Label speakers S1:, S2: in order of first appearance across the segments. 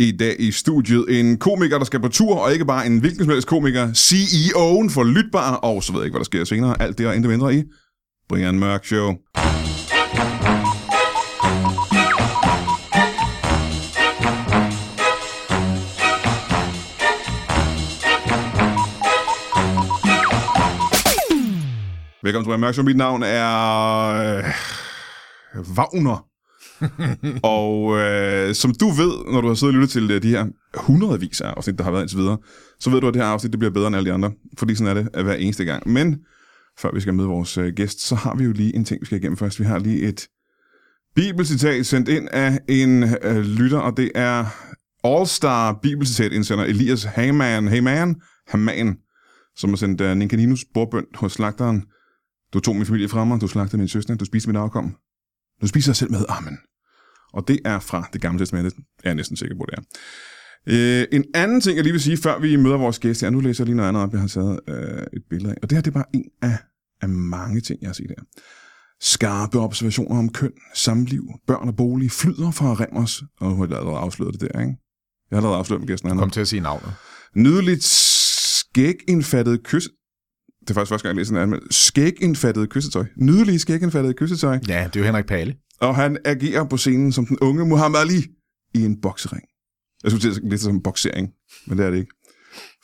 S1: I dag i studiet en komiker, der skal på tur, og ikke bare en hvilken som helst komiker. CEO'en for Lytbar, og så ved jeg ikke, hvad der sker senere. Alt det og intet mindre i Brian Mørk Show. Velkommen til Brian Mørk Show. Mit navn er... øh, Wagner. og øh, som du ved, når du har siddet og lyttet til øh, de her hundredvis af afsnit, der har været indtil videre, så ved du, at det her afsnit det bliver bedre end alle de andre, fordi sådan er det øh, hver eneste gang. Men før vi skal møde vores øh, gæst, så har vi jo lige en ting, vi skal igennem først. Vi har lige et bibelcitat sendt ind af en øh, lytter, og det er All-Star bibelcitat indsender Elias Haman, Haman, Haman, som har sendt øh, Ninkaninos bordbønd hos slagteren. Du tog min familie fra mig, du slagtede min søster, du spiste mit afkom. Nu spiser jeg selv med. Amen. Og det er fra det gamle testamente. Jeg er næsten sikker på, det er. Øh, en anden ting, jeg lige vil sige, før vi møder vores gæst, er, nu læser jeg lige noget andet op, jeg har taget øh, et billede af. Og det her, det er bare en af, af mange ting, jeg har set her. Skarpe observationer om køn, samliv, børn og bolig flyder fra Remmers. Og nu har jeg allerede afsløret det der, ikke? Jeg har allerede afsløret med gæsten. han har-
S2: Kom til at sige navnet.
S1: Nydeligt skægindfattet kys... Det er faktisk første gang, jeg læser en anmeldelse. Skægindfattet kyssetøj. Nydeligt skægindfattet kyssetøj.
S2: Ja, det er jo Henrik Palle.
S1: Og han agerer på scenen som den unge Muhammad Ali i en boksering. Jeg skulle til at sige lidt som en boksering, men det er det ikke.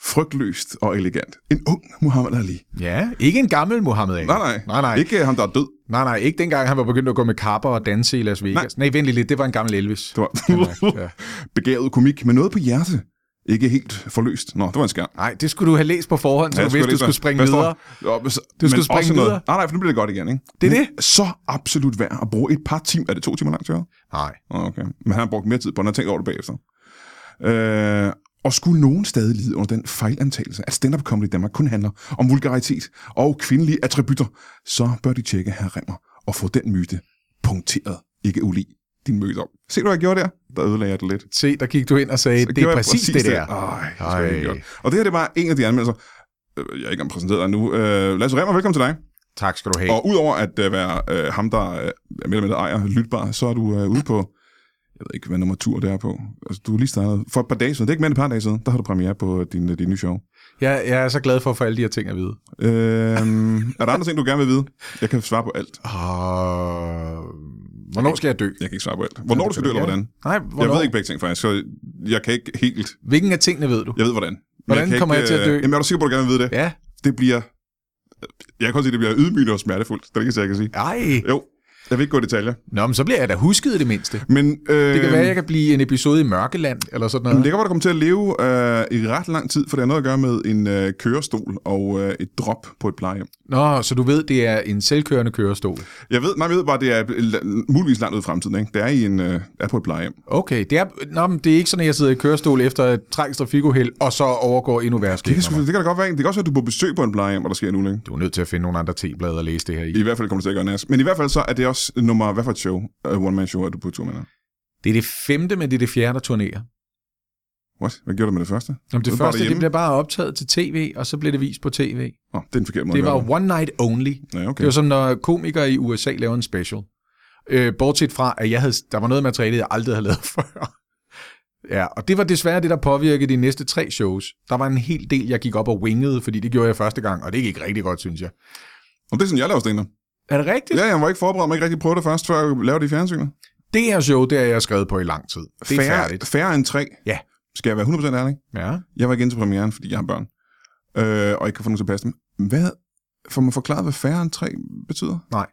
S1: Frygtløst og elegant. En ung Muhammad Ali.
S2: Ja, ikke en gammel Mohammed Ali.
S1: Nej, nej.
S2: Nej, nej. Ikke,
S1: Ikke øh, ham, der er død.
S2: nej, nej, ikke dengang han var begyndt at gå med kapper og danse i Las Vegas. Nej, nej vent lige lidt, det var en gammel Elvis.
S1: Det var
S2: ja.
S1: begavet komik, men noget på hjerte. Ikke helt forløst. Nå, det var en skærm.
S2: Nej, det skulle du have læst på forhånd, så
S1: Ja,
S2: ja,
S1: jeg
S2: du vidste, du
S1: lige-
S2: skulle springe
S1: Hvad står
S2: videre.
S1: der? Jo, men så-
S2: Du skulle
S1: men
S2: springe
S1: også noget-
S2: videre.
S1: Nej, nej, for nu bliver det godt igen, ikke?
S2: Det er
S1: Men
S2: det.
S1: Så absolut værd at bruge et par timer. Er det to timer langt, tror jeg?
S2: Nej.
S1: Nå, Okay. Men han har brugt mere tid på, når han tænkt over det bagefter. Øh, og skulle nogen stadig lide under den fejlantagelse, at stand-up comedy i Danmark kun handler om vulgaritet og kvindelige attributter, så bør de tjekke her Remmer og få den myte punkteret, ikke ulig din møde om. Se du, hvad jeg gjorde der? Der ødelagde jeg det lidt.
S2: Se, der gik du ind og sagde,
S1: Så
S2: det
S1: gjorde jeg
S2: er præcis, det der.
S1: Ej, det skal jeg ikke
S2: Ej.
S1: gøre. og det her, det var en af de anmeldelser, Øh, jeg er ikke engang præsenteret dig nu. Øh, Lasse Remmer, velkommen til dig.
S2: Tak skal du have.
S1: Og udover at øh, være øh, ham, der øh, er mere eller mindre ejer Lytbar, så er du øh, ude på, jeg ved ikke, hvad nummer tur det er på. Altså, du er lige startet for et par dage siden, det er ikke mere end et par dage siden, der har du premiere på øh, din, øh, din nye show.
S2: Jeg, jeg er så glad for at få alle de her ting at vide.
S1: Øh, er der andre ting, du gerne vil vide? Jeg kan svare på alt.
S2: Og... Hvornår skal jeg dø?
S1: Jeg kan ikke svare på alt. Hvornår du skal dø, eller hvordan?
S2: Nej,
S1: Jeg
S2: hvornår?
S1: ved ikke begge ting, faktisk, så jeg kan ikke helt...
S2: Hvilken af tingene ved du?
S1: Jeg ved, hvordan. Men
S2: Hvordan
S1: kan
S2: kommer jeg til at dø?
S1: øh, Jamen, er du sikker på, at du gerne vil vide det?
S2: Ja.
S1: Det bliver... Jeg kan godt sige, at det bliver ydmygende og smertefuldt. Det er ikke så, jeg kan sige.
S2: Ej.
S1: Jo, jeg vil ikke gå i detaljer.
S2: Nå, men så bliver jeg da husket i det mindste.
S1: Men, øh,
S2: Det kan være, jeg kan blive en episode i Mørkeland, eller sådan noget.
S1: Men det kan godt komme til at leve øh, i ret lang tid, for det har noget at gøre med en øh, kørestol og øh, et drop på et plejehjem.
S2: Nå, så du ved, det er en selvkørende kørestol.
S1: Jeg ved, nej, jeg ved bare, det er la- muligvis langt ud i fremtiden. Ikke? Det er, i en, øh, er på et plejehjem.
S2: Okay, det er, nå, men det er ikke sådan, at jeg sidder i kørestol efter et tragisk trafikuheld, og så overgår endnu værre
S1: Det kan, sgu,
S2: skæbner.
S1: det kan da godt være, ikke? det kan også være, at du er på besøg på en plejehjem, og der sker en ulykke.
S2: Du er nødt til at finde nogle andre teblade og læse det her i.
S1: I hvert fald kommer det til at gøre nas. Men i hvert fald så er det også nummer, hvad for et show, uh, one man show, er du på tur med? nu?
S2: Det er det femte, men det er det fjerde, der turnerer.
S1: What? Hvad gjorde du med det første?
S2: Jamen, det,
S1: Det er
S2: det
S1: bare
S2: første,
S1: derhjemme.
S2: det bliver bare optaget til tv, og så bliver det vist på tv.
S1: Nå, det er en forkert måde.
S2: Det
S1: at
S2: var
S1: gøre
S2: one night only.
S1: Ja, okay.
S2: Det var som, når komikere i USA laver en special. Øh, bortset fra, at jeg havde, der var noget materiale, jeg aldrig havde lavet før. Ja, og det var desværre det, der påvirkede de næste tre shows. Der var en hel del, jeg gik op og wingede, fordi det gjorde jeg første gang, og det gik rigtig godt, synes jeg.
S1: Og det er sådan, jeg laver stand
S2: Er det rigtigt?
S1: Ja, jeg var ikke forberedt, man ikke rigtig prøve det først, før jeg lavede det i fjernsynet.
S2: Det her show, det har jeg skrevet på i lang tid. Det er
S1: færre,
S2: færdigt.
S1: færre end tre.
S2: Ja.
S1: Skal jeg være 100% ærlig?
S2: Ja.
S1: Jeg var igen til premieren, fordi jeg har børn. Øh, og ikke kan få nogen til at passe dem. Hvad, får man forklaret, hvad færre end tre betyder?
S2: Nej.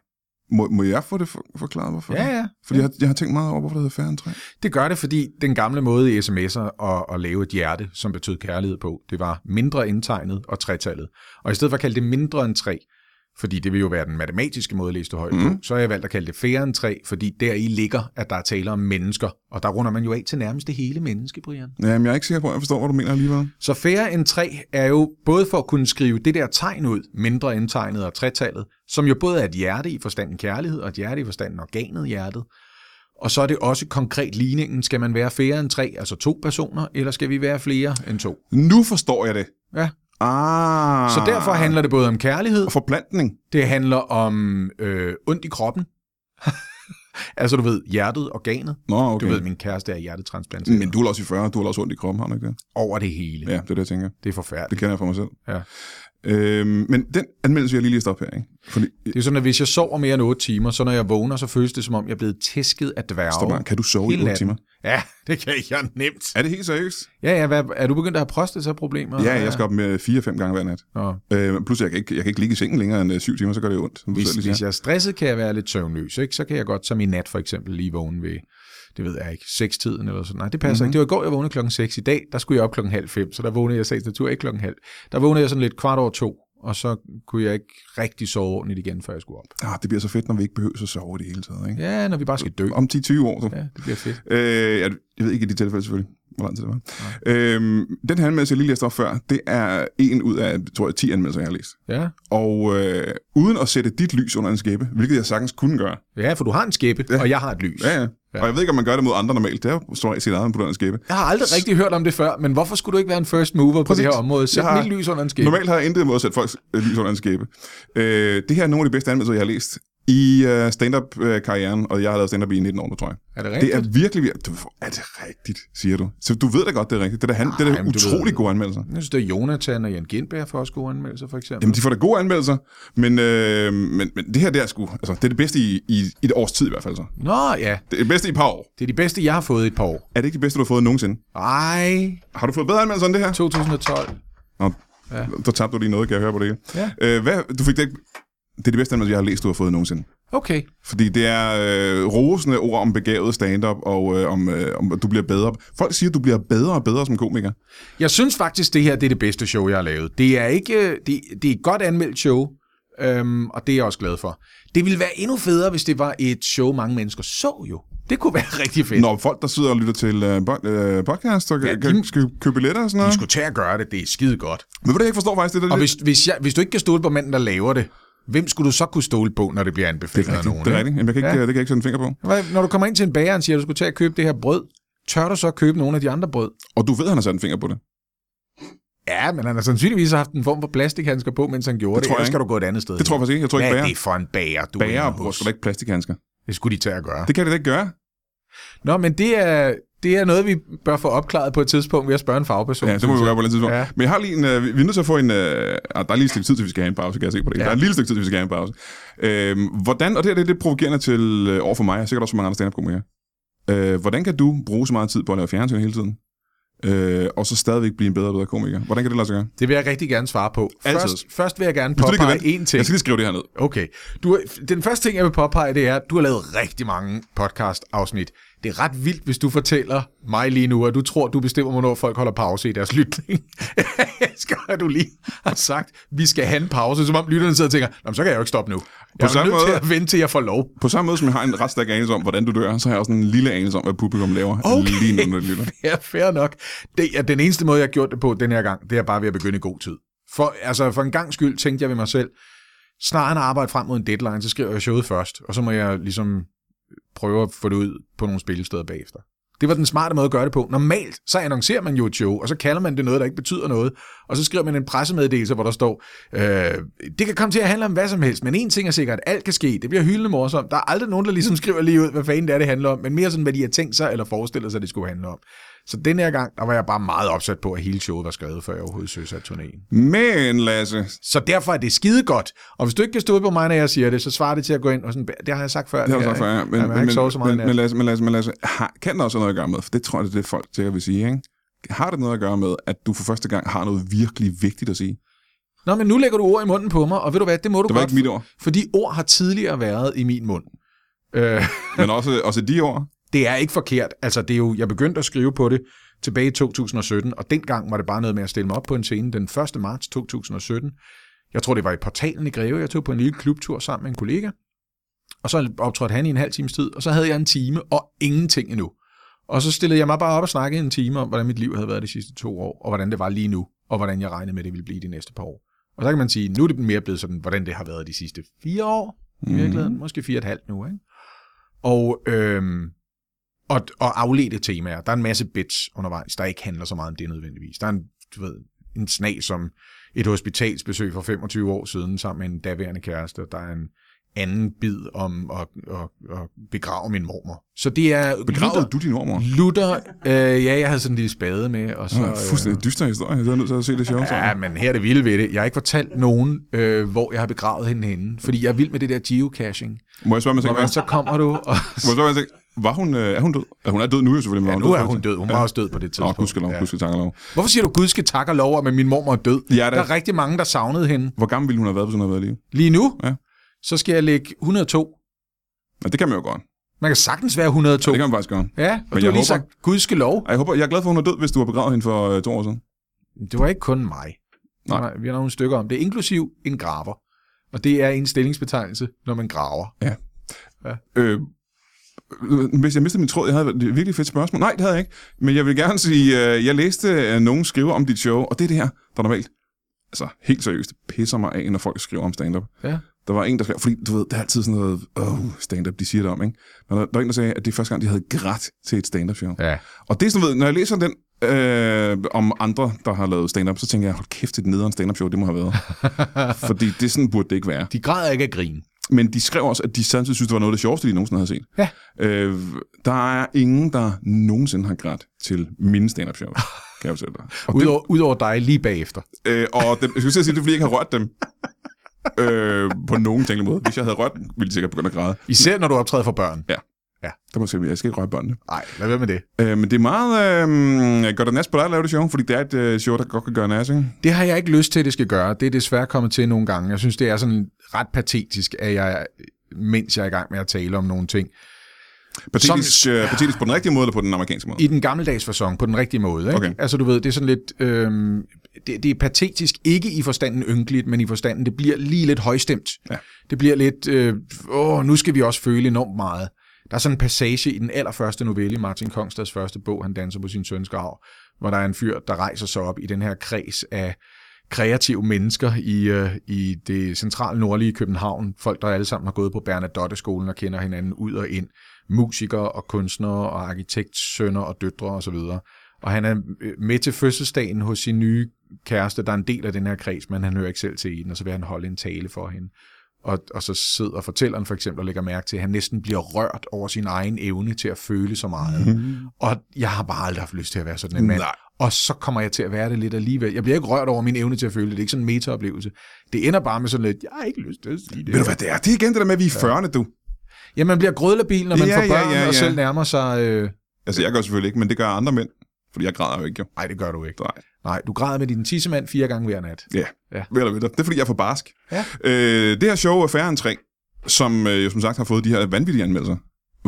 S1: Må, må jeg få det for, forklaret, hvorfor?
S2: ja, ja.
S1: Fordi jeg, jeg har tænkt meget over, hvorfor det hedder færre end tre.
S2: Det gør det, fordi den gamle måde i sms'er at, at lave et hjerte, som betød kærlighed på, det var mindre indtegnet og tretallet. Og i stedet for at kalde det mindre end tre, fordi det vil jo være den matematiske måde at læse det højt mm. på, så har jeg valgt at kalde det færre end tre, fordi der i ligger, at der er tale om mennesker. Og der runder man jo af til nærmest det hele menneske, Brian.
S1: Jamen, jeg er ikke sikker på, at jeg forstår, hvad du mener alligevel.
S2: Så færre end 3 er jo både for at kunne skrive det der tegn ud, mindre end tegnet og tretallet, som jo både er et hjerte i forstanden kærlighed og et hjerte i forstanden organet hjertet. Og så er det også konkret ligningen, skal man være færre end 3, altså to personer, eller skal vi være flere end to?
S1: Nu forstår jeg det.
S2: Ja.
S1: Ah.
S2: Så derfor handler det både om kærlighed,
S1: Og forplantning.
S2: det handler om øh, ondt i kroppen, Altså du ved, hjertet, organet.
S1: Nå,
S2: Du
S1: okay.
S2: ved, min kæreste er hjertetransplanteret
S1: Men du er vel også i 40, du har vel også ondt i kroppen, har du ikke det?
S2: over det hele.
S1: Ja, det er det, jeg tænker.
S2: Det er
S1: Det
S2: forfærdeligt.
S1: kender jeg fra mig selv.
S2: Ja.
S1: Øhm, men den anmeldelse, vil jeg lige lige stoppe her, ikke? Fordi,
S2: Det er sådan, at hvis jeg sover mere end 8 timer, så når jeg vågner, så føles det som om, jeg er blevet tæsket af
S1: stop bare,
S2: dværge.
S1: kan du sove i
S2: Hele
S1: 8
S2: natten.
S1: timer?
S2: Ja, det kan jeg nemt.
S1: Er det helt seriøst?
S2: Ja, ja, hvad, er du begyndt at have prostataproblemer?
S1: Ja, jeg skal op med 4-5 gange hver nat.
S2: Nå.
S1: Øh, plus, jeg kan, ikke, jeg kan ikke ligge i sengen længere end 7 timer, så gør det jo ondt. Som du selv
S2: Hvis,
S1: lige
S2: hvis
S1: siger.
S2: jeg er stresset, kan jeg være lidt søvnløs. Ikke? Så kan jeg godt, som i nat for eksempel, lige vågne ved, det ved jeg ikke, sekstiden eller sådan. Nej, det passer mm-hmm. ikke. Det var i går, jeg vågnede klokken 6. I dag, der skulle jeg op klokken halv fem, så der vågnede jeg sags natur ikke klokken halv. Der vågnede jeg sådan lidt kvart over to, og så kunne jeg ikke rigtig sove ordentligt igen, før jeg skulle op.
S1: Ah, det bliver så fedt, når vi ikke behøver at sove i det hele taget. Ikke?
S2: Ja, når vi bare skal dø.
S1: Om 10-20 år, så.
S2: Ja, det bliver fedt.
S1: Øh, jeg, jeg ved ikke i de tilfælde selvfølgelig, hvor lang tid det var. Øhm, den her anmeldelse, jeg lige læste op før, det er en ud af, tror jeg, 10 anmeldelser, jeg har læst.
S2: Ja.
S1: Og øh, uden at sætte dit lys under en skæbe, hvilket jeg sagtens kunne gøre.
S2: ja, for du har en skæppe, ja. og jeg har et lys.
S1: Ja, ja. Og jeg ved ikke, om man gør det mod andre normalt. Det er jo stort set sit eget på den skæbe.
S2: Jeg har aldrig rigtig hørt om det før, men hvorfor skulle du ikke være en first mover Præcis. på det her område? Sæt
S1: Jeg har-
S2: har... mit lys under en skæppe.
S1: Normalt har jeg intet imod at sætte folks øh, lys under en skæbe. Øh, det her er nogle af de bedste anmeldelser, jeg har læst i øh, stand-up-karrieren, og jeg har lavet stand-up i 19 år nu, tror jeg.
S2: Er det
S1: Det
S2: rigtigt?
S1: er virkelig, vir- du, er det rigtigt, siger du. Så du ved da godt, det er rigtigt. Det er, da han, det er da
S2: men du
S1: utrolig
S2: ved-
S1: gode anmeldelser.
S2: Jeg synes, det er Jonathan og Jan Gindberg for også gode anmeldelser, for eksempel.
S1: Jamen, de får da gode anmeldelser, men, øh, men, men det her, det er sgu, altså, det er det bedste i, i, i et års tid i hvert fald så.
S2: Nå ja,
S1: Det er det bedste i et par år.
S2: det er de bedste, jeg har fået i et par år.
S1: Er det ikke det bedste, du har fået nogensinde?
S2: Ej,
S1: Har du fået bedre anmeldelser end det her?
S2: 2012.
S1: Nå, ja. der tabte du lige noget, kan jeg høre på det. hele.
S2: Ja.
S1: Øh, hvad, du fik det ikke... Det er det bedste anmeldelse, jeg har læst, du har fået nogensinde.
S2: Okay.
S1: Fordi det er øh, rosende ord om begavet stand-up, og øh, om, øh, om, at du bliver bedre. Folk siger, at du bliver bedre og bedre som komiker.
S2: Jeg synes faktisk, det her det er det bedste show, jeg har lavet. Det er, ikke, øh, det, det er et godt anmeldt show, øhm, og det er jeg også glad for. Det ville være endnu federe, hvis det var et show, mange mennesker så jo. Det kunne være rigtig fedt.
S1: Når folk, der sidder og lytter til øh, bo- øh, podcast, og ja,
S2: Ja,
S1: kan,
S2: de-
S1: skal købe billetter og sådan noget.
S2: Vi skulle tage at gøre det, det er skide godt.
S1: Men ved du, jeg ikke forstår faktisk, det der
S2: Og
S1: lidt-
S2: hvis, hvis, jeg, hvis du ikke kan stole på manden, der laver det, hvem skulle du så kunne stole på, når det bliver anbefalet af nogen?
S1: Det er
S2: ikke?
S1: rigtigt. Jamen, jeg kan ikke, ja. Det kan jeg ikke sætte en finger på.
S2: Hvad, når du kommer ind til en bager og siger, at du skulle tage at købe det her brød, tør du så at købe nogle af de andre brød?
S1: Og du ved, han har sat en finger på det.
S2: Ja, men han har sandsynligvis haft en form for plastikhandsker på, mens han gjorde det.
S1: Det tror jeg
S2: Ellers
S1: ikke.
S2: skal du gå et andet sted.
S1: Det tror jeg faktisk ikke. Jeg tror ikke,
S2: Hvad er
S1: bager,
S2: det for en bager, du
S1: bager
S2: er inde
S1: bruger
S2: hos?
S1: sgu da ikke plastikhandsker.
S2: Det skulle de tage at gøre.
S1: Det kan det da ikke gøre.
S2: Nå, men det er, det er noget, vi bør få opklaret på et tidspunkt ved at spørge en fagperson.
S1: Ja, det må vi
S2: synes
S1: jo gøre
S2: jeg.
S1: på et eller andet tidspunkt. Ja.
S2: Ja.
S1: Men jeg har lige en... Øh, vi- vi er nødt til at få en... Øh, ah, der er lige et stykke tid, til vi skal have en pause, kan jeg se på det. Ja.
S2: Ja.
S1: Der er et lille stykke tid, til vi skal have en pause. Øhm, hvordan... Og det her det er lidt provokerende til øh, over for mig, og sikkert også for mange andre stand up øh, Hvordan kan du bruge så meget tid på at lave fjernsyn hele tiden? Øh, og så stadigvæk blive en bedre og bedre komiker. Hvordan kan det lade sig gøre?
S2: Det vil jeg rigtig gerne svare på.
S1: Altid.
S2: Først, først vil jeg gerne
S1: Hvis du lige kan
S2: påpege
S1: vente-
S2: én ting.
S1: Jeg skal lige skrive det her ned.
S2: Okay. Du, har- den første ting, jeg vil påpege, det er, at du har lavet rigtig mange podcast-afsnit. Det er ret vildt, hvis du fortæller mig lige nu, at du tror, du bestemmer, hvornår folk holder pause i deres lytning. jeg skal have, du lige har sagt, vi skal have en pause, som om lytterne sidder og tænker, Nå, men så kan jeg jo ikke stoppe nu. Jeg er jo
S1: samme
S2: nødt til
S1: måde-
S2: at vente til, jeg får lov.
S1: På samme måde som jeg har en ret stærk anelse om, hvordan du dør, så har jeg også en lille anelse om, hvad publikum laver
S2: Okay.
S1: lige nu, når de lytter.
S2: Ja, fair nok. Det er den eneste måde, jeg har gjort det på den her gang, det er bare ved at begynde i god tid. For, altså, for en gang skyld tænkte jeg ved mig selv, snarere end at arbejde frem mod en deadline, så skriver jeg showet først, og så må jeg ligesom prøve at få det ud på nogle spillesteder bagefter. Det var den smarte måde at gøre det på. Normalt, så annoncerer man jo et show, og så kalder man det noget, der ikke betyder noget, og så skriver man en pressemeddelelse, hvor der står, øh, det kan komme til at handle om hvad som helst, men en ting er sikkert, alt kan ske, det bliver hyldende morsomt. Der er aldrig nogen, der ligesom skriver lige ud, hvad fanden det er, det handler om, men mere sådan, hvad de har tænkt sig eller forestillet sig, det skulle handle om. Så den her gang, der var jeg bare meget opsat på, at hele showet var skrevet, før jeg overhovedet søgte turnéen.
S1: Men Lasse,
S2: Så derfor er det skide godt. Og hvis du ikke kan stå på mig, når jeg siger det, så svarer det til at gå ind og sådan, det har jeg sagt før.
S1: det har du
S2: her,
S1: sagt før,
S2: ikke?
S1: ja. Men,
S2: Jamen, jeg har
S1: men,
S2: ikke sovet så meget
S1: men,
S2: i nat.
S1: men, Lasse, men Lasse, men Lasse, har, kan der også have noget at gøre med, for det tror jeg, det er det, folk sikkert vil sige, ikke? Har det noget at gøre med, at du for første gang har noget virkelig vigtigt at sige?
S2: Nå, men nu lægger du ord i munden på mig, og ved du hvad, det må du
S1: Det var
S2: godt.
S1: ikke mit ord,
S2: Fordi ord har tidligere været i min mund. Øh,
S1: men også, også de ord.
S2: det er ikke forkert. Altså, det er jo, jeg begyndte at skrive på det tilbage i 2017, og dengang var det bare noget med at stille mig op på en scene den 1. marts 2017. Jeg tror, det var i portalen i Greve, jeg tog på en lille klubtur sammen med en kollega, og så optrådte han i en halv times tid, og så havde jeg en time og ingenting endnu. Og så stillede jeg mig bare op og snakkede en time om, hvordan mit liv havde været de sidste to år, og hvordan det var lige nu, og hvordan jeg regnede med, det ville blive de næste par år. Og så kan man sige, nu er det mere blevet sådan, hvordan det har været de sidste fire år, i
S1: Mhm.
S2: virkeligheden. Måske fire og et halvt nu, ikke? Og, øhm, og, og afledte temaer. Der er en masse bits undervejs, der ikke handler så meget om det nødvendigvis. Der er en, du ved, en snag som et hospitalsbesøg for 25 år siden sammen med en daværende kæreste. Der er en anden bid om at, at, at begrave min mormor. Så det er
S1: Mm. Begravede
S2: Luther,
S1: du din ormor?
S2: Luther øh, ja, jeg havde sådan en lille spade med, og så... øh,
S1: Det er en fuldstændig dyster historie. Jeg er nødt til at se det sjovt.
S2: Ja, men her er det vilde ved det. Jeg har ikke fortalt nogen, øh, hvor jeg har begravet hende henne, fordi jeg er vild med det der geocaching.
S1: Må jeg spørge, man
S2: Og
S1: tænker,
S2: men så kommer du, og
S1: må jeg spørge, man tænker, var hun, øh, er hun død? Ja, hun er død nu, jo selvfølgelig. men
S2: ja,
S1: var
S2: nu er
S1: før i
S2: hun
S1: tiden?
S2: død. Hun var også død på det
S1: Nå,
S2: tidspunkt.
S1: gudskelov,
S2: Ja.
S1: gudskelov, takkelov.
S2: Hvorfor siger du, Gud skal takke og lov, om, at min mormor er død?
S1: Ja, det-
S2: der er rigtig mange, der savnede hende.
S1: Hvor gammel ville hun have været, hvis hun havde været i live?
S2: Lige nu,
S1: Ja.
S2: så skal jeg lægge 102.
S1: Ja, det kan man jo godt.
S2: Man kan sagtens være 102.
S1: Det
S2: Ja,
S1: kan man faktisk godt.
S2: ja og
S1: Men jeg
S2: du har lige
S1: håber-
S2: sagt, Gud skal lov.
S1: Ej, Jeg, håber, jeg er glad for, at hun er død, hvis du har begravet hende for øh, to år siden.
S2: Det var ikke kun mig.
S1: Nej.
S2: Nej. Vi har nogle stykker om det, inklusiv en graver. Og det er en stillingsbetegnelse, når man graver.
S1: Øh, øh, hvis jeg mistede min tråd, jeg havde et virkelig fedt spørgsmål. Nej, det havde jeg ikke. Men jeg vil gerne sige, øh, jeg læste, at nogen skriver om dit show, og det er det her, der normalt, altså helt seriøst, pisser mig af, når folk skriver om stand-up.
S2: Ja.
S1: Der var en, der skrev, fordi du ved, der er altid sådan noget, åh, stand-up, de siger det om, ikke? Men der, der var en, der sagde, at det er første gang, de havde grædt til et stand-up show.
S2: Ja.
S1: Og det er sådan, du ved, når jeg læser den øh, om andre, der har lavet stand-up, så tænker jeg, hold kæft, det er et nederen stand-up show, det må have været. fordi det sådan burde det ikke være.
S2: De græder ikke af grin.
S1: Men de skrev også, at de samtidig synes, det var noget af det sjoveste, de nogensinde havde set.
S2: Ja.
S1: Øh, der er ingen, der nogensinde har grædt til mine stand-up shows, kan jeg fortælle dig. Og, det,
S2: Udover, udover dig lige bagefter.
S1: øh, og dem, jeg skulle til at sige, det er, fordi jeg ikke har rørt dem. øh, på nogen tænkelig måde. Hvis jeg havde rørt dem, ville de sikkert begynde at græde.
S2: Især når du optræder for børn.
S1: Der må jeg sige, jeg skal ikke røre børnene.
S2: Nej, lad være med det.
S1: Øh, men det er meget... Øh, gør det nas på dig at lave det show? Fordi det er et øh, show, der godt kan gøre nas, ikke?
S2: Det har jeg ikke lyst til, at det skal gøre. Det er desværre kommet til nogle gange. Jeg synes, det er sådan ret patetisk, at jeg, mens jeg er i gang med at tale om nogle ting.
S1: Patetisk, øh, patetisk på den rigtige måde, eller på den amerikanske måde?
S2: I den gammeldags fasong, på den rigtige måde. Ikke?
S1: Okay.
S2: Altså du ved, det er sådan lidt... Øhm, det, det er patetisk, ikke i forstanden ynkeligt, men i forstanden, det bliver lige lidt højstemt.
S1: Ja.
S2: Det bliver lidt, øh, åh, nu skal vi også føle enormt meget. Der er sådan en passage i den allerførste novelle, i Martin Kongstads første bog, han danser på sin søns grav, hvor der er en fyr, der rejser sig op i den her kreds af kreative mennesker i, øh, i det centrale nordlige København. Folk, der alle sammen har gået på Bernadotte-skolen og kender hinanden ud og ind. Musikere og kunstnere og arkitektsønner og døtre osv. Og, så videre. og han er øh, med til fødselsdagen hos sin nye kæreste, der er en del af den her kreds, men han hører ikke selv til i den, og så vil han holde en tale for hende. Og, og så sidder fortælleren for eksempel og lægger mærke til, at han næsten bliver rørt over sin egen evne til at føle så meget. Og jeg har bare aldrig haft lyst til at være sådan en mand.
S1: Nej.
S2: Og så kommer jeg til at være det lidt alligevel. Jeg bliver ikke rørt over min evne til at føle det. Det er ikke sådan en metaoplevelse. Det ender bare med sådan lidt, jeg har ikke lyst til at sige det.
S1: Ved du, hvad det er? Det er igen det der med, at vi er i 40'erne, du.
S2: Ja, man bliver grødlerbil, når man
S1: Ja,
S2: ja, får
S1: ja,
S2: børn
S1: ja,
S2: ja, ja, ja.
S1: ja.
S2: og selv nærmer sig... Øh...
S1: Altså, jeg gør selvfølgelig ikke, men det gør andre mænd. Fordi jeg græder jo ikke, jo.
S2: Nej, det gør du ikke.
S1: Nej.
S2: Nej, du græder med din tissemand fire gange hver nat.
S1: Ja,
S2: Ja.
S1: ved eller ved Det er fordi, jeg er for barsk.
S2: Ja.
S1: Øh, det her show er færre end tre, som øh, jo som sagt har fået de her vanvittige anmeldelser.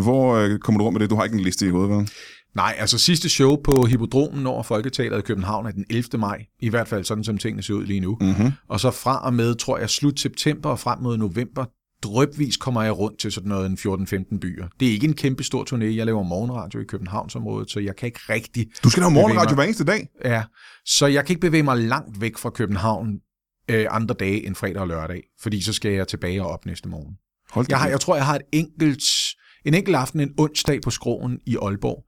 S1: Hvor øh, kommer du rundt med det? Du har ikke en liste i hovedet, vel?
S2: Nej, altså sidste show på Hippodromen over Folketeateret i København er den 11. maj. I hvert fald sådan, som tingene ser ud lige nu.
S1: Mm-hmm.
S2: Og så fra og med, tror jeg, slut september og frem mod november, drøbvis kommer jeg rundt til sådan noget en 14-15 byer. Det er ikke en kæmpe stor turné. Jeg laver morgenradio i Københavnsområdet, så jeg kan ikke rigtig...
S1: Du skal lave morgenradio
S2: bevæger
S1: hver eneste dag.
S2: mig- Ja, så jeg kan ikke bevæge mig langt væk fra København øh, andre dage end fredag og lørdag, fordi så skal jeg tilbage og op næste morgen.
S1: Hold
S2: Jeg, har,
S1: jeg...
S2: jeg tror, jeg har et enkelt, en enkelt aften, en onsdag på Skroen i Aalborg,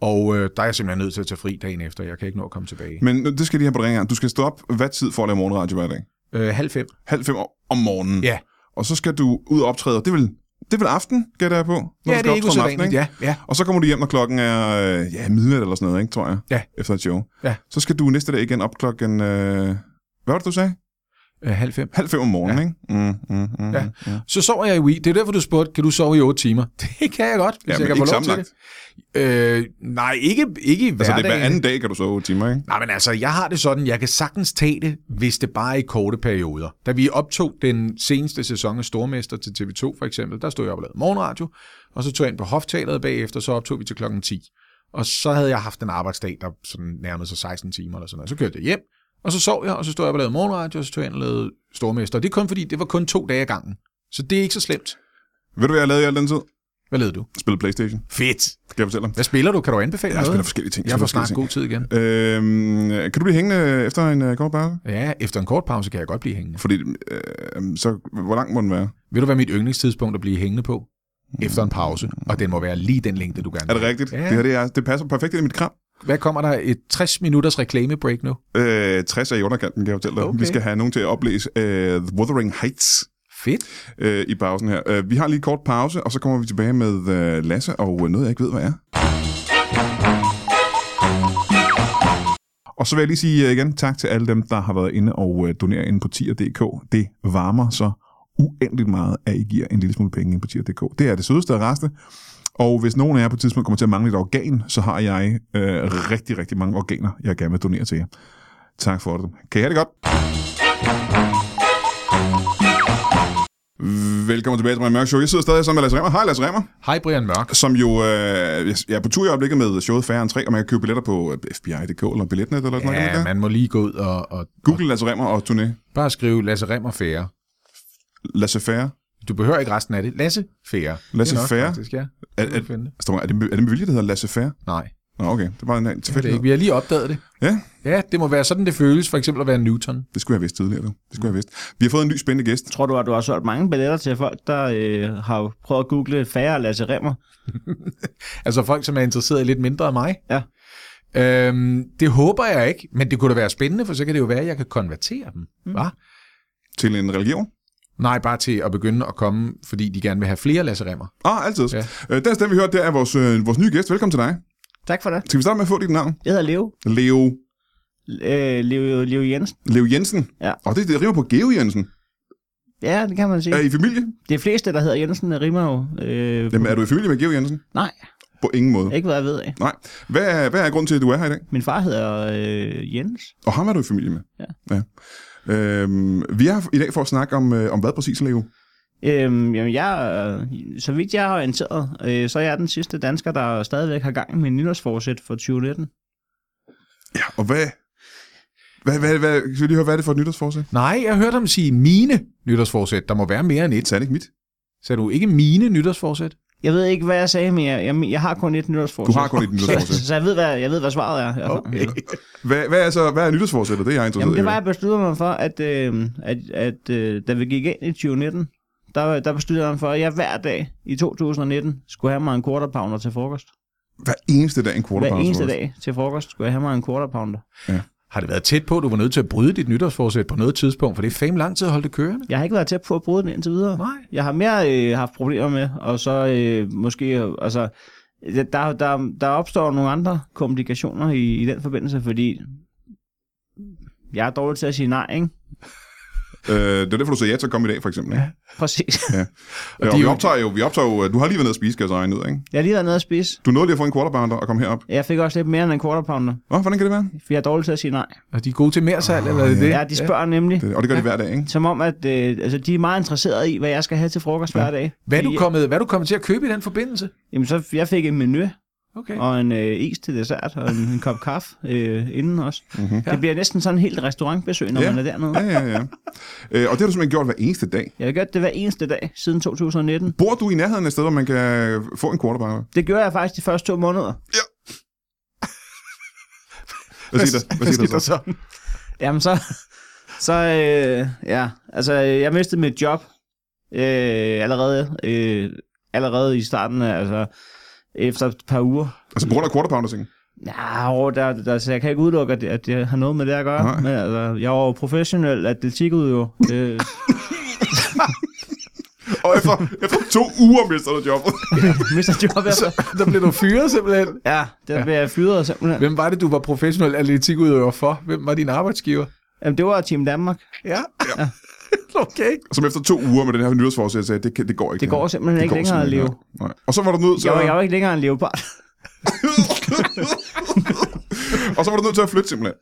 S2: og øh, der er jeg simpelthen nødt til at tage fri dagen efter. Jeg kan ikke nå at komme tilbage.
S1: Men øh, det skal de her på den her. Du skal stå op hvad tid for at lave morgenradio hver dag?
S2: Øh, halv fem.
S1: Halv fem om- om morgenen.
S2: Ja.
S1: Og så skal du ud og optræde. og Det vil, det vil aften, gætter jeg på. når du
S2: ja,
S1: skal
S2: det er ikke
S1: optræde om aftenen,
S2: usædvanligt. Ja, ja.
S1: Og så kommer du hjem, når klokken er øh, ja, midnat eller sådan noget, ikke, tror jeg.
S2: Ja.
S1: Efter et show.
S2: Ja.
S1: Så skal du næste dag igen op klokken... Øh, hvad var det, du sagde?
S2: Øh, halv fem.
S1: Halv fem om morgenen, ja. ikke? Mm, mm, mm,
S2: Ja.
S1: mm.
S2: Så sover jeg i weekend. Det er derfor, du spurgte, kan du sove i 8 timer? Det kan jeg godt,
S1: Ja,
S2: hvis jeg
S1: men
S2: kan få
S1: ikke
S2: lov
S1: sammenlagt.
S2: til det. Øh, nej, ikke, ikke i hverdagen.
S1: Altså, det er hver anden dag, kan du sove otte timer, ikke?
S2: Nej, men altså, jeg har det sådan, jeg kan sagtens tage det, hvis det bare er i korte perioder. Da vi optog den seneste sæson af Stormester til TV2 for eksempel, der stod jeg op og lavede morgenradio, og så tog jeg ind på Hofteateret bagefter, så optog vi til klokken 10. Og så havde jeg haft en arbejdsdag, der sådan nærmede sig 16 timer eller sådan noget. Så kørte jeg hjem, og så sov jeg, og så stod jeg op og lavede morgenradio, og så tog jeg ind og lavede Stormester. Og det er kun fordi, det var kun to dage ad gangen. Så det er ikke så slemt.
S1: Ved du, hvad jeg lavede i al den tid?
S2: Hvad lavede du?
S1: Spillede Playstation.
S2: Fedt!
S1: Det kan jeg fortælle dig.
S2: Hvad spiller du? Kan du anbefale
S1: Jeg
S2: noget?
S1: spiller forskellige ting.
S2: Jeg får
S1: spiller
S2: snart god
S1: forskellige
S2: tid igen.
S1: ting. Øhm, kan du blive hængende efter en øh, kort pause?
S2: Ja, efter en kort pause kan jeg godt blive hængende.
S1: Fordi, øh, så, hvor lang må den være?
S2: Vil du være mit yndlingstidspunkt at blive hængende på? Efter en pause. Og den må være lige den længde, du gerne
S1: Er
S2: vil.
S1: det rigtigt?
S2: Ja.
S1: Det, her, det, er, det passer perfekt ind i mit kram.
S2: Hvad kommer der? Et 60 minutters reklamebreak nu?
S1: Øh, 60 er i underkanten, kan jeg fortælle dig.
S2: Okay.
S1: Vi skal have nogen til at oplæse øh, The Wuthering Heights.
S2: Fedt.
S1: øh, i pausen her. Øh, vi har lige en kort pause, og så kommer vi tilbage med øh, Lasse og øh, noget, jeg ikke ved, hvad er. Og så vil jeg lige sige øh, igen tak til alle dem, der har været inde og øh, doneret inde på tier.dk. Det varmer så uendeligt meget, at I giver en lille smule penge ind på tier.dk. Det er det sødeste af resten. Og hvis nogen af jer på et tidspunkt kommer til at mangle et organ, så har jeg øh, rigtig, rigtig mange organer, jeg gerne vil donere til jer. Tak for det. Kan I have det godt? Velkommen tilbage til My Mørk Show. Jeg sidder stadig sammen med Lasse Remmer. Hej Lasse Remmer,
S2: Hej Brian Mørk.
S1: som jo øh, jeg er på tur i øjeblikket med showet Færre end 3, og man kan købe billetter på øh, FBI.dk eller Billetnet eller sådan noget.
S2: Ja,
S1: kan man ikke det?
S2: man må lige gå ud og, og
S1: Google Lasse Remmer og turné.
S2: bare skrive Lasse Remmer Fære.
S1: Lasse Færre.
S2: Du behøver ikke resten af det. Lasse Fære.
S1: Lasse
S2: Det er nok
S1: Fære?
S2: Faktisk, ja.
S1: Er,
S2: Det kan
S1: er,
S2: du finde det.
S1: står- er, det, med- er det med vilje, det hedder Lasse Færre?
S2: Nej,
S1: Nå, okay. Det var en
S2: det er det
S1: tilfældighed.
S2: ikke. Vi har lige opdaget det.
S1: Ja,
S2: Ja, det må være sådan, det føles. For eksempel at være Newton.
S1: det skulle jeg have vidst tidligere. Du. Det skulle jeg have vidst. Vi har fået en ny spændende gæst.
S3: Tror du, at du har solgt mange billetter til folk, der øh, har prøvet at google færre Lasse Remmer?
S2: Altså folk, som er interesseret i lidt mindre af mig.
S3: Ja.
S2: Øhm, det håber jeg ikke, men det kunne da være spændende, for så kan det jo være, at jeg kan konvertere dem. Mm. Hva?
S1: Til en religion?
S2: Nej, bare til at begynde at komme, fordi de gerne vil have flere Lasse Remmer.
S1: Ah, altid. Ja.
S2: Ja.
S1: Øh, den stemme, vi hørte, det er vores, øh, vores nye gæst. Velkommen til dig.
S3: Tak for det.
S1: Skal vi starte med at få dit navn?
S3: Jeg hedder Leo.
S1: Leo,
S3: Øh, Leo, Leo Jensen.
S1: Leo Jensen.
S3: Ja.
S1: Og det, det river på Geo Jensen.
S3: Ja, det kan man sige.
S1: Er I familie?
S3: De fleste, der hedder Jensen, rimer jo. Øh,
S1: Jamen, er du i familie med Geo Jensen?
S3: Nej,
S1: På ingen måde.
S3: ikke hvad jeg ved af.
S1: Nej. Hvad er, hvad er grunden til, at du er her i dag?
S3: Min far hedder øh, Jens.
S1: Og ham er du i familie med?
S3: Ja.
S1: ja. Øhm, vi er her i dag for at snakke om, øh, om hvad præcis, Leo?
S3: Øhm, jamen, jeg, øh, så vidt jeg er orienteret, øh, så er jeg den sidste dansker, der stadigvæk har gang med nytårsforsæt for 2019.
S1: Ja, og hvad... Hvad, hvad, hvad, skal vi lige høre, hvad er det for et nytårsforsæt?
S2: Nej, jeg hørte ham sige mine nytårsforsæt. Der må være mere end et.
S1: Så er det ikke mit.
S2: Sagde du ikke mine nytårsforsæt?
S3: Jeg ved ikke, hvad jeg sagde, men jeg, jeg, jeg har kun et nytårsforsæt.
S1: Du har kun et nytårsforsæt.
S3: Så, så jeg, ved, hvad, jeg ved, hvad svaret er. Altså.
S1: Hvad, hvad, er, så, hvad er nytårsforsættet? Det er jeg interesseret
S3: Jamen,
S1: i.
S3: det var, jeg besluttede mig for, at, øh, at, at øh, da vi gik ind i 2019, der, der besluttede jeg mig for, at jeg hver dag i 2019 skulle have mig en quarter pounder til frokost.
S1: Hver eneste dag en quarter
S3: Hver
S1: pound
S3: eneste
S1: frokost.
S3: dag til frokost skulle jeg have mig en quarter pounder.
S2: Har det været tæt på, at du var nødt til at bryde dit nytårsforsæt på noget tidspunkt? For det er fame lang tid at holde det kørende.
S3: Jeg har ikke været tæt på at bryde den indtil videre.
S2: Nej.
S3: Jeg har mere øh, haft problemer med, og så øh, måske, øh, altså, der, der, der opstår nogle andre komplikationer i, i den forbindelse, fordi jeg er dårlig til at sige nej, ikke?
S1: Øh, det er derfor, du sagde ja til at komme i dag, for eksempel. Ja.
S3: Præcis.
S1: Og,
S2: det er
S1: vi
S2: jo-
S1: optager jo, vi optager jo, øh, du har lige været nede og spise, skal jeg så regne ud, ikke?
S3: Jeg har lige været nede og spise.
S1: Du nåede lige at få en quarter pounder og komme herop.
S3: Jeg fik også lidt mere end en quarter pounder,
S1: Nå, hvordan kan det være?
S3: for jeg er dårlig til at sige nej.
S2: Og de er gode til mere salg, eller er det det?
S3: Ja, de spørger ja. nemlig,
S1: Det, og det gør de hver dag, ikke?
S3: som om, at øh, altså, de er meget interesserede i, hvad jeg skal have til frokost hver dag.
S2: Hvad er, du
S3: Fordi-
S2: kommet, hvad er du kommet til at købe i den forbindelse?
S3: Jamen, så jeg fik en menu
S2: Okay.
S3: og en øh, is til dessert og en, en kop kaffe øh, inden også. Mm-hmm. Det bliver næsten sådan en helt restaurantbesøg, når
S1: Ja.
S3: ja. man er dernede.
S1: Ja, ja, ja. øh, og det har du simpelthen gjort hver eneste dag.
S3: Jeg har gjort det hver eneste dag siden 2019.
S1: Bor du i nærheden af et sted, hvor man kan få en quarter pounder?
S3: Det gjorde jeg faktisk de første to måneder.
S1: Hvad siger der? Hvad siger der så?
S3: Jamen så, så øh, ja, altså øh, jeg mistede mit job øh, allerede, øh, allerede i starten, af- altså efter et par uger.
S1: Altså, på grund af quarter pounder ting.
S3: Ja, jo, der, der, så jeg kan ikke udelukke, at, at jeg har noget med det at gøre.
S1: Nej.
S3: Men, altså, jeg var jo professionel atletikudøver. Øh,
S1: Og efter, efter to uger mister du jobbet.
S3: mister job efter.
S2: Der blev du fyret simpelthen.
S3: Ja, der blev jeg fyret simpelthen.
S2: Hvem var det, du var professionel atletikudøver for? Hvem var din arbejdsgiver?
S3: Jamen, det var Team Danmark.
S2: Ja. ja. okay.
S1: Som efter to uger med den her nyhedsforsæt sagde, det, kan- det går ikke.
S3: Det går
S1: her.
S3: simpelthen ikke længere at leve.
S1: ikke. Nej. Og så var du nødt til
S3: Jeg var,
S1: at,
S3: jeg var ikke længere en leopard.
S1: og så var du nødt til at flytte simpelthen.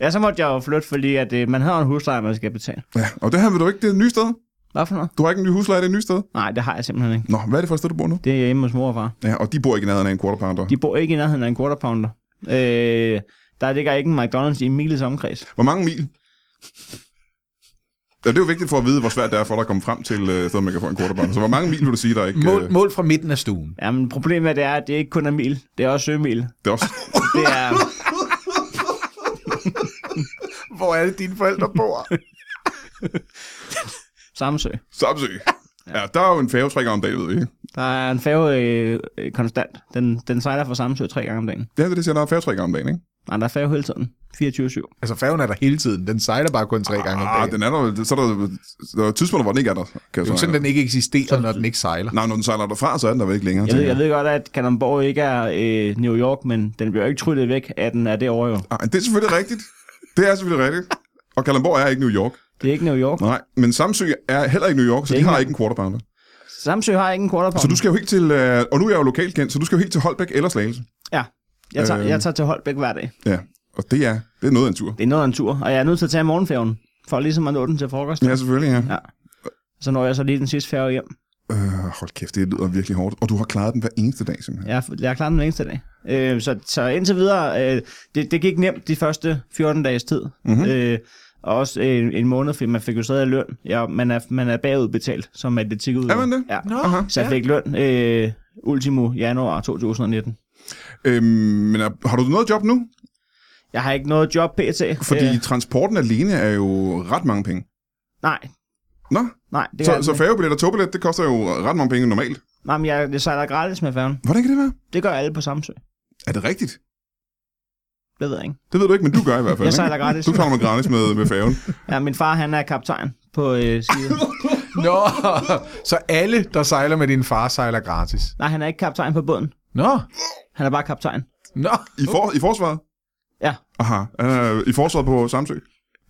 S3: Ja, så måtte jeg jo flytte, fordi at, øh, man har en husleje, man skal betale.
S1: Ja, og det her vil du ikke, det er et nyt sted.
S3: Hvad for noget?
S1: Du har ikke en ny husleje, det er et nyt sted.
S3: Nej, det har jeg simpelthen ikke.
S1: Nå, hvad er det for et sted, du bor nu?
S3: Det er hjemme hos mor og far.
S1: Ja, og de bor ikke i nærheden af en quarter pounder.
S3: De bor ikke i nærheden af en quarter pounder. Øh, der ligger ikke en McDonald's i en miles omkreds.
S1: Hvor mange mil? Ja, det er jo vigtigt for at vide, hvor svært det er for dig at komme frem til øh, et sted, man kan få en quarter pounder. Så hvor mange mil vil du sige, der er ikke...
S2: Mål,
S1: øh,
S2: mål fra midten af stuen.
S3: Jamen, problemet er, det er, at det ikke kun er mil. Det er også sømil.
S1: det er også...
S3: Det er...
S2: Hvor er det, dine forældre bor?
S3: Samsø.
S1: Samsø. Ja, der er jo en færge tre gange om dagen, ved vi. ikke?
S3: Der er en færge øh, øh, konstant. Den, den sejler fra Samsø tre gange om dagen.
S1: Ja, det er det, jeg siger, der er en færge tre gange om dagen, ikke?
S3: Nej, der er færge hele tiden. 24-7.
S2: Altså færgen er der hele tiden. Den sejler bare kun tre gange om
S1: Ah,
S2: dagen.
S1: den er der, så er der, der er tidspunkter, hvor den ikke er der. Kan jeg
S2: Det er
S1: så,
S2: jo sådan, den ikke eksisterer, når den ikke sejler.
S1: Nej, når den sejler derfra, så er den der vel ikke længere.
S3: Jeg ved,
S1: tænker
S3: jeg ved godt, at Kalundborg ikke er øh, New York, men den bliver jo ikke tryllet væk, at den er det over jo.
S1: jeg. Ah, det er selvfølgelig rigtigt. Det er selvfølgelig rigtigt. Og Kalundborg er ikke New York.
S3: Det er ikke New York.
S1: Nej, men Samsø er heller ikke New York, så
S3: Det er
S1: de
S3: ikke
S1: har
S3: engang-
S1: ikke en quarterbounder.
S3: Samsø har ikke en quarterback.
S1: Så du skal jo helt til, øh, og nu er jeg jo lokalt kendt, så du skal jo helt til Holbæk eller Slagelse.
S3: Ja, jeg tager,
S1: Øh.
S3: øh... jeg tager til Holbæk hver dag.
S1: Ja, og det er, det er noget af en tur.
S3: Det er noget af en tur, og jeg er nødt til at tage morgenfærgen, for ligesom at nå den til frokost.
S1: Ja, selvfølgelig, ja.
S3: Ja. Så når jeg så lige den sidste færge hjem.
S1: Øh, hold kæft, det lyder virkelig hårdt. Og du har klaret den hver eneste dag, simpelthen.
S3: Jeg har, jeg har klaret den hver eneste dag. Øh, så, så indtil videre, øh, det, det gik nemt de første 14 dages tid.
S1: Mhm.
S3: Mm-hmm. Øh, og også øh, en måned, fordi man fik jo stadig løn. Ja, man, er, man er bagudbetalt som atletikudøver.
S1: Er man det?
S3: Ja.
S1: Aha.
S3: Så jeg fik løn øh, ultimo januar 2019.
S1: Øhm, men er, har du noget job nu?
S3: Jeg har ikke noget job pt.
S1: Fordi
S3: Øh,
S1: øh. transporten alene er jo ret mange penge.
S3: nej,
S1: Nå,
S3: nej. Det
S1: så,
S3: gør jeg
S1: så
S3: ikke.
S1: færgebillet og togbillet, det koster jo ret mange penge normalt.
S3: Nej, men jeg, jeg sejler gratis med færgen.
S1: Hvordan kan det være?
S3: Det gør alle på Samsø.
S1: Er det rigtigt?
S3: Det ved jeg ikke.
S1: Det ved du ikke, men du gør i hvert fald.
S3: Jeg
S1: ikke?
S3: sejler gratis.
S1: Du kommer gratis med, med færgen.
S3: Ja, min far, han er kaptajn på øh, skibet.
S2: Nå, så alle, der sejler med din far, sejler gratis.
S3: Nej, han er ikke kaptajn på båden.
S2: Nå,
S3: Han er bare kaptajn.
S2: nå.
S1: I, for, i forsvaret?
S3: Ja,
S1: Aha. Øh, I forsvaret på Samsø?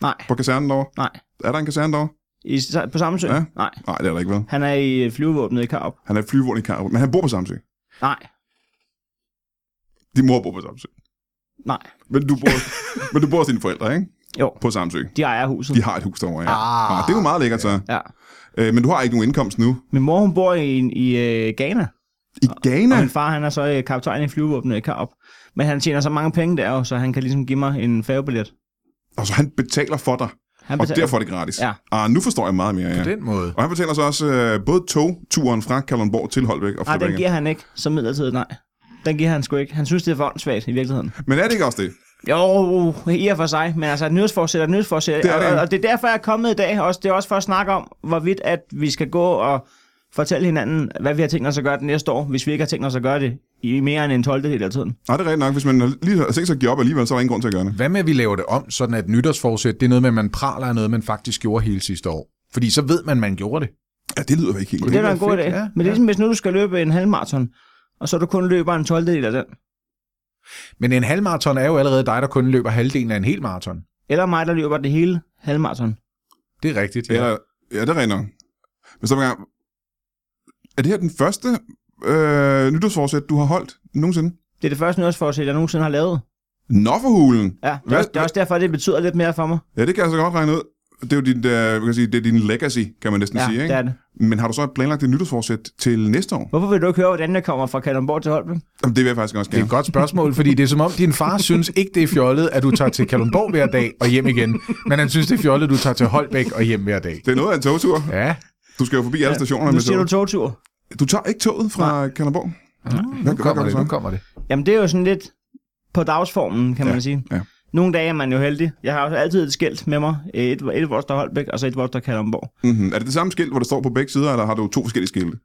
S3: nej,
S1: På kasernen derovre?
S3: nej.
S1: Er der en kaserne derovre?
S3: I, Sa- på Samsø?
S1: Ja.
S3: Nej.
S1: Nej, det er der ikke, vel?
S3: Han er i øh, flyvevåbnet i Karup.
S1: Han er flyvågen i Karup, men han bor på Samsø.
S3: Nej,
S1: Din mor bor på Samsø.
S3: nej.
S1: Men du bor, men du bor hos dine forældre, ikke?
S3: Jo,
S1: På Samsø.
S3: de ejer huset.
S1: De har et hus derovre, ja.
S2: Ah.
S1: Ah, det er jo meget lækkert, så.
S3: Ja.
S1: Øh, men du har ikke nogen indkomst nu.
S3: Min mor, hun bor i, i øh, Ghana,
S1: I Ghana?
S3: og min far, han er så øh, kaptajn i flyvevåbnet i Karup. Men han tjener så mange penge der jo, så han kan ligesom give mig en færgebillet.
S1: Og så han betaler for dig.
S3: Han
S1: Og derfor er det gratis.
S3: Ja.
S1: Ah, nu forstår jeg meget mere, ja.
S2: På den måde.
S1: Og han betaler så også øh, både togturen fra Kalundborg til Holbæk og
S3: Nej, Ah, den
S1: Flemming.
S3: giver han ikke som midlertidigt, nej. Den giver han sgu ikke. Han synes, det er for åndssvagt i virkeligheden.
S1: Men er det ikke også det?
S3: Jo, i og for sig, men altså et nyhedsforsæt er et nyhedsforsæt,
S1: Det er det.
S3: og, og det er derfor, jeg er kommet i dag. Også, det er også for at snakke om, hvorvidt at vi skal gå og fortælle hinanden, hvad vi har tænkt os at gøre det næste år, hvis vi ikke har tænkt os at gøre det i mere end en 12. del af tiden.
S1: Nej, det er rigtigt nok. Hvis man har lige har set sig give op alligevel, så er der ingen grund til at gøre det.
S2: Hvad med, at vi laver det om, sådan at nytårsforsæt, det er noget med, at man praler af noget, man faktisk gjorde hele sidste år. Fordi så ved man, man gjorde det.
S1: Ja, det lyder jo ikke helt
S3: Det, det er da en
S2: lyder
S3: god idé.
S2: fedt,
S3: Ja,
S2: ja,
S3: men det er
S2: ja.
S3: ligesom, hvis nu du skal løbe en halvmarathon, og så du kun løber en 12. del af den.
S2: Men en halvmarathon er jo allerede dig, der kun løber halvdelen af en hel maraton.
S3: Eller mig, der løber det hele halvmarathon.
S2: Det er rigtigt.
S1: Ja, ja det er rigtigt nok. Men så vil jeg- er det her den første øh, nytårsforsæt, du har holdt nogensinde?
S3: Det er det første nyhedsforsæt, jeg nogensinde har lavet.
S1: Nå for hulen!
S3: Ja, det,
S1: Hvad-
S3: er, også- det er også derfor, det betyder lidt mere for mig.
S1: Ja, det kan jeg så godt regne ud. Det er jo dit, øh, hvad kan jeg sige, det er din legacy, kan man næsten
S3: Ja,
S1: sige. Ikke?
S3: det er det.
S1: Men har du så planlagt et nytårsforsæt til næste år?
S3: Hvorfor vil du ikke høre, hvordan jeg kommer fra Kalundborg til Holbæk?
S1: Jamen, det vil jeg faktisk også
S2: Det er et
S1: gerne.
S2: godt spørgsmål, fordi det er som om, din far synes ikke, det er fjollet, at du tager til Kalundborg hver dag og hjem igen. Men han synes, det er fjollet, at du tager til Holbæk og hjem hver dag.
S1: Det er noget af en togtur.
S2: Ja,
S1: Du skal jo forbi alle stationerne
S3: Nu
S1: med
S3: siger du
S1: toget.
S3: togtur.
S1: Du tager ikke toget fra Kalundborg?
S2: nu
S1: gør
S2: kommer
S1: du
S2: det,
S1: så?
S2: nu kommer det.
S3: Jamen, det er jo sådan lidt på dagsformen, kan
S1: Ja,
S3: man sige.
S1: ja.
S3: Nogle dage er man jo heldig. Jeg har jo altid et skilt med mig. Et, et hvor der står Holbæk, og så et hvor der Kalundborg.
S1: Mm-hmm. Er det det samme skilt, hvor der står på begge sider, eller har du to forskellige skilte?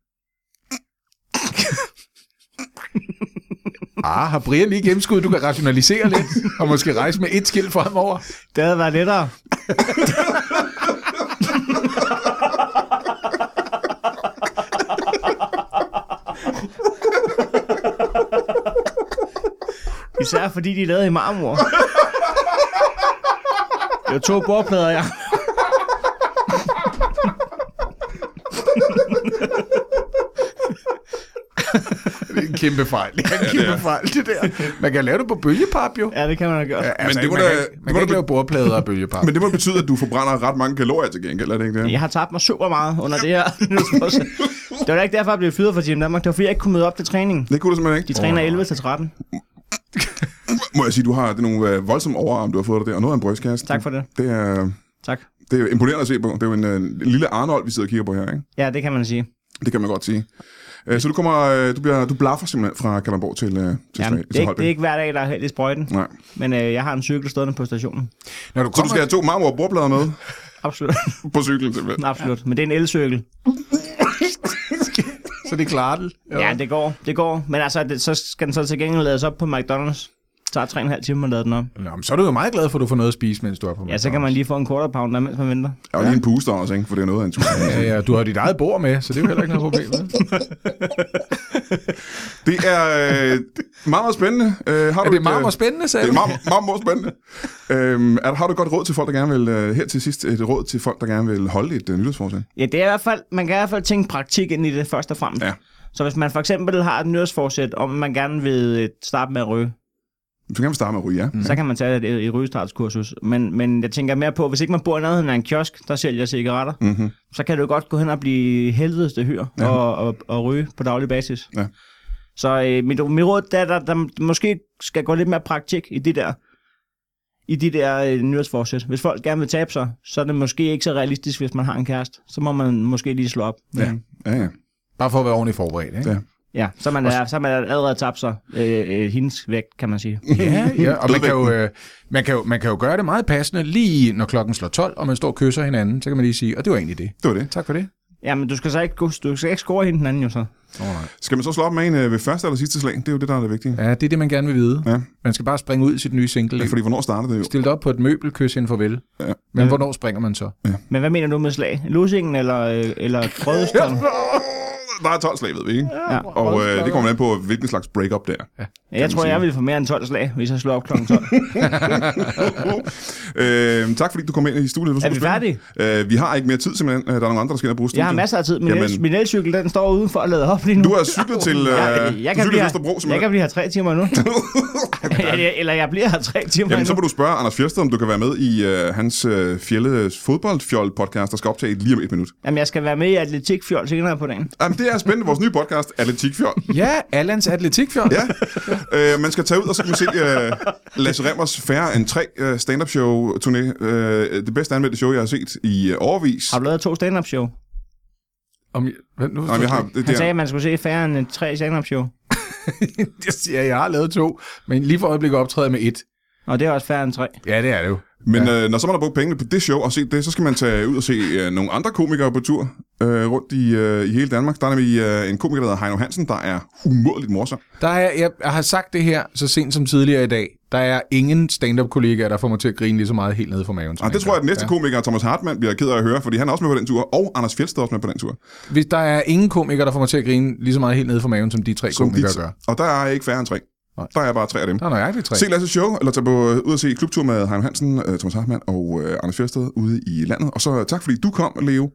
S2: Ah, har Brian lige gennemskud, du kan rationalisere lidt, og måske rejse med et skilt fremover.
S3: Det havde været lettere. Især fordi de er lavet i marmor. Det var to bordplader, jeg.
S2: Det er en kæmpe fejl. Det er en kæmpe fejl, det der. Man kan lave det på bølgepap, jo.
S3: Ja, det kan man have gjort.
S2: Ja, altså,
S1: det må
S2: man
S1: da-
S2: kan, ikke-
S1: det må
S2: man kan ikke
S1: da-
S2: lave bordplader og bølgepap.
S1: Men det må betyde, at du forbrænder ret mange kalorier til gengæld, er det ikke det?
S3: Jeg har tabt mig super meget under det her. nytårsforsæt. det var da ikke derfor, jeg blev fyret fra Team Danmark. Det var fordi, jeg ikke kunne møde op til træningen.
S1: Det kunne du simpelthen ikke.
S3: De træner 11 til 13.
S1: Må jeg sige, du har det er nogle øh, voldsomme overarm, du har fået dig der, og noget af en brystkasse.
S3: Tak for det.
S1: Det er,
S3: Tak.
S1: det er imponerende at se på. Det er jo en, øh, lille Arnold, vi sidder og kigger på her, ikke?
S3: Ja, det kan man sige.
S1: Det kan man godt sige. Øh, så du kommer, øh, du, bliver, du blaffer simpelthen fra Kalundborg til, øh, til,
S3: Jamen,
S1: Jamen,
S3: det,
S1: til
S3: er ikke,
S1: Holbæk.
S3: det er ikke hver dag, der er held i sprøjten.
S1: Nej.
S3: Men øh, jeg har en cykel stående på stationen.
S2: Når du
S1: Så du
S2: kommer,
S1: skal have to marmor bordplader med
S3: Absolut.
S1: på cyklen simpelthen.
S3: Absolut. Men det er en elcykel.
S2: så det klarer det.
S3: Ja, det går. Det går. Men altså, det, så skal den så til gengæld lades op på McDonald's. tager 3,5 timer at lade den op.
S2: Nå, men så er du jo meget glad for, at du får noget at spise, mens du er på
S3: Ja, så kan man lige få en quarter pounder, mens man venter.
S1: Jeg var lige en puster også, ikke? For det er noget af en tur.
S2: Ja, ja, du har dit eget bord med, så det er jo heller ikke noget problem. vel?
S1: Det er øh, meget, meget spændende. Øh, har
S2: er
S1: du
S2: det
S1: et,
S2: meget,
S1: øh,
S2: meget spændende, sagde
S1: Det er
S2: du?
S1: meget, meget, meget spændende. Øhm, er, har du et godt råd til folk, der gerne vil, øh, her til sidst, et råd til folk, der gerne vil holde et øh, nytårsforsæt?
S3: Ja, det er i hvert fald, man kan i hvert fald tænke praktik ind i det først og fremmest.
S1: Ja.
S3: Så hvis man for eksempel har et nyårsforsæt, om at man gerne vil øh, starte med at ryge,
S1: Du kan gerne starte med at ryge, ja.
S3: Mm-hmm. så kan man tage det i rygestartskursus. Men, men jeg tænker mere på, hvis ikke man bor i nærheden af en kiosk, der sælger cigaretter,
S1: Mm-hmm.
S3: så kan du godt gå hen og blive helvedeste hyr
S1: Ja.
S3: ja. og, og, og ryge på daglig basis.
S1: Ja.
S3: Så øh, mit, mit råd er, at der, der måske skal gå lidt mere praktik i det der i de der øh, nyårsforsæt. Hvis folk gerne vil tabe sig, så er det måske ikke så realistisk, hvis man har en kæreste. Så må man måske lige slå op.
S1: Ja. Ja, ja.
S2: Bare for at være ordentligt forberedt, ikke?
S1: Ja.
S3: Ja, så man, er, så man er allerede tabt sig øh, øh, hendes vægt, kan man sige.
S2: Ja, ja, og man kan, jo, øh, man, kan jo, man kan jo gøre det meget passende, lige når klokken slår 12, og man står og kysser hinanden, så kan man lige sige, og det var egentlig det.
S1: Det var det.
S2: Tak for det.
S3: Ja, men du skal så ikke, gå- du skal ikke score hende den anden jo så.
S2: Oh, nej.
S1: Skal man så slå op med en øh, ved første eller sidste slag? Det er jo det, der er det vigtige.
S2: Ja, det er det, man gerne vil vide.
S1: Ja.
S2: Man skal bare springe ud i sit nye single.
S1: Ja,
S2: Ja,
S1: fordi hvornår startede det jo?
S2: Stil dig op på et møbel, kys hende farvel.
S1: Ja.
S2: Men hvornår springer man så?
S3: Men hvad mener du med slag? Lussingen eller, øh, eller grødestang?
S1: Der er 12 slag, ved vi, ikke?
S3: Ja.
S1: Og øh, det kommer man an på, hvilken slags break-up det er.
S3: Ja, jeg tror, jeg ville få mere end 12 slag, hvis jeg slår op kl. 12.
S1: øh, tak fordi du kom ind i studiet. Det var
S3: Er vi
S1: super spændende. Øh, vi har ikke mere tid, simpelthen. Øh, Der er nogle andre, der skal ind og bruge studiet.
S3: Jeg har masser af tid. Min,
S1: Jamen.
S3: el, min elcykel, den står udenfor og lader op lige nu.
S1: Du har cyklet til øh,
S3: jeg, jeg,
S1: du
S3: kan
S1: cykler
S3: blive,
S1: til
S3: her,
S1: Østerbro,
S3: jeg kan
S1: simpelthen.
S3: blive her tre timer nu. Eller- Eller jeg bliver her tre timer
S1: Jamen, så må
S3: nu.
S1: du spørge Anders Fjersted, om du kan være med i øh, hans øh, Fjelle fodboldfjold-podcast, der skal optage lige om et minut.
S3: Jamen, jeg skal være med i atletikfjold senere på dagen.
S1: Jamen, det er spændende. Vores nye podcast, Atletikfjold.
S2: Ja, Allans atletikfjord.
S1: Ja, øh, man skal tage ud, og så kan man se øh, Lasse Remmers færre end tre øh, stand-up show turné. Øh, det bedst anmeldte show, jeg har set i øh, overvis.
S3: Har du lavet to stand-up show?
S2: Om, hvad, nu,
S1: Nej, men jeg har, det,
S3: Han
S1: det
S3: sagde,
S1: er,
S3: at man skulle se færre end tre stand-up show.
S2: Jeg siger, jeg har lavet to, men lige for øjeblikket optræder jeg med et.
S3: Og det er også færre end tre.
S2: Ja, det er det jo.
S1: men øh, når så man har brugt pengene på det show og set det, så skal man tage ud og se øh, nogle andre komikere på tur øh, rundt i, øh, i hele Danmark. Der er nemlig øh, en komiker, der hedder Heino Hansen, der er umådeligt morsom.
S2: Der er, jeg, jeg har sagt det her så sent som tidligere i dag. Der er ingen stand-up-kollegaer, der får mig til at grine lige så meget helt nede fra maven. som
S1: Og
S2: han
S1: Ah, det tror jeg, at
S2: gør.
S1: den næste
S2: Ja.
S1: komiker, Thomas Hartmann, bliver ked af at høre, fordi han er også med på den tur, og Anders Fjeldsted er også med på den tur.
S2: Hvis der er ingen komikere, der får mig til at grine lige så meget helt nede fra maven, som de tre
S1: Som
S2: komikere
S1: de-
S2: gør.
S1: Og der er ikke færre end tre.
S2: Nej.
S1: Der er bare tre af dem.
S2: Der er nøjagtigt tre.
S1: Se Lasse show, eller tag på, øh, ud og se klubtur med Heino Hansen, øh, Thomas Hartmann og øh, Anders Fjersted ude i landet. Og så øh, tak, fordi du kom, Leo.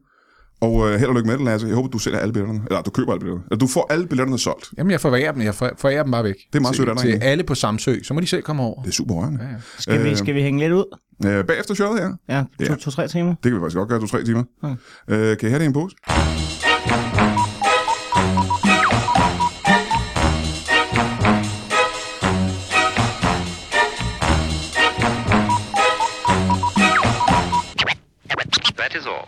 S1: Og øh, held og lykke med det, Lasse. Jeg håber, du sælger alle billetterne. Eller du køber alle billetterne. Eller du får alle billetterne solgt.
S2: Jamen, jeg forærer dem. Jeg for- forærer dem bare væk.
S1: Det er meget
S2: til,
S1: sødt af dig,
S2: Til
S1: egentlig.
S2: alle på Samsø. Så må de selv komme over.
S1: Det er super rørende.
S2: Ja, ja.
S3: Skal, vi,
S1: Øh.
S3: skal vi hænge lidt ud?
S1: Øh, bagefter showet her.
S3: Ja,
S1: Ja.
S3: to-tre to, tre timer.
S1: Det kan vi faktisk godt gøre, to-tre timer.
S3: Hmm.
S1: Øh, kan jeg have det i en pose?
S4: That is all.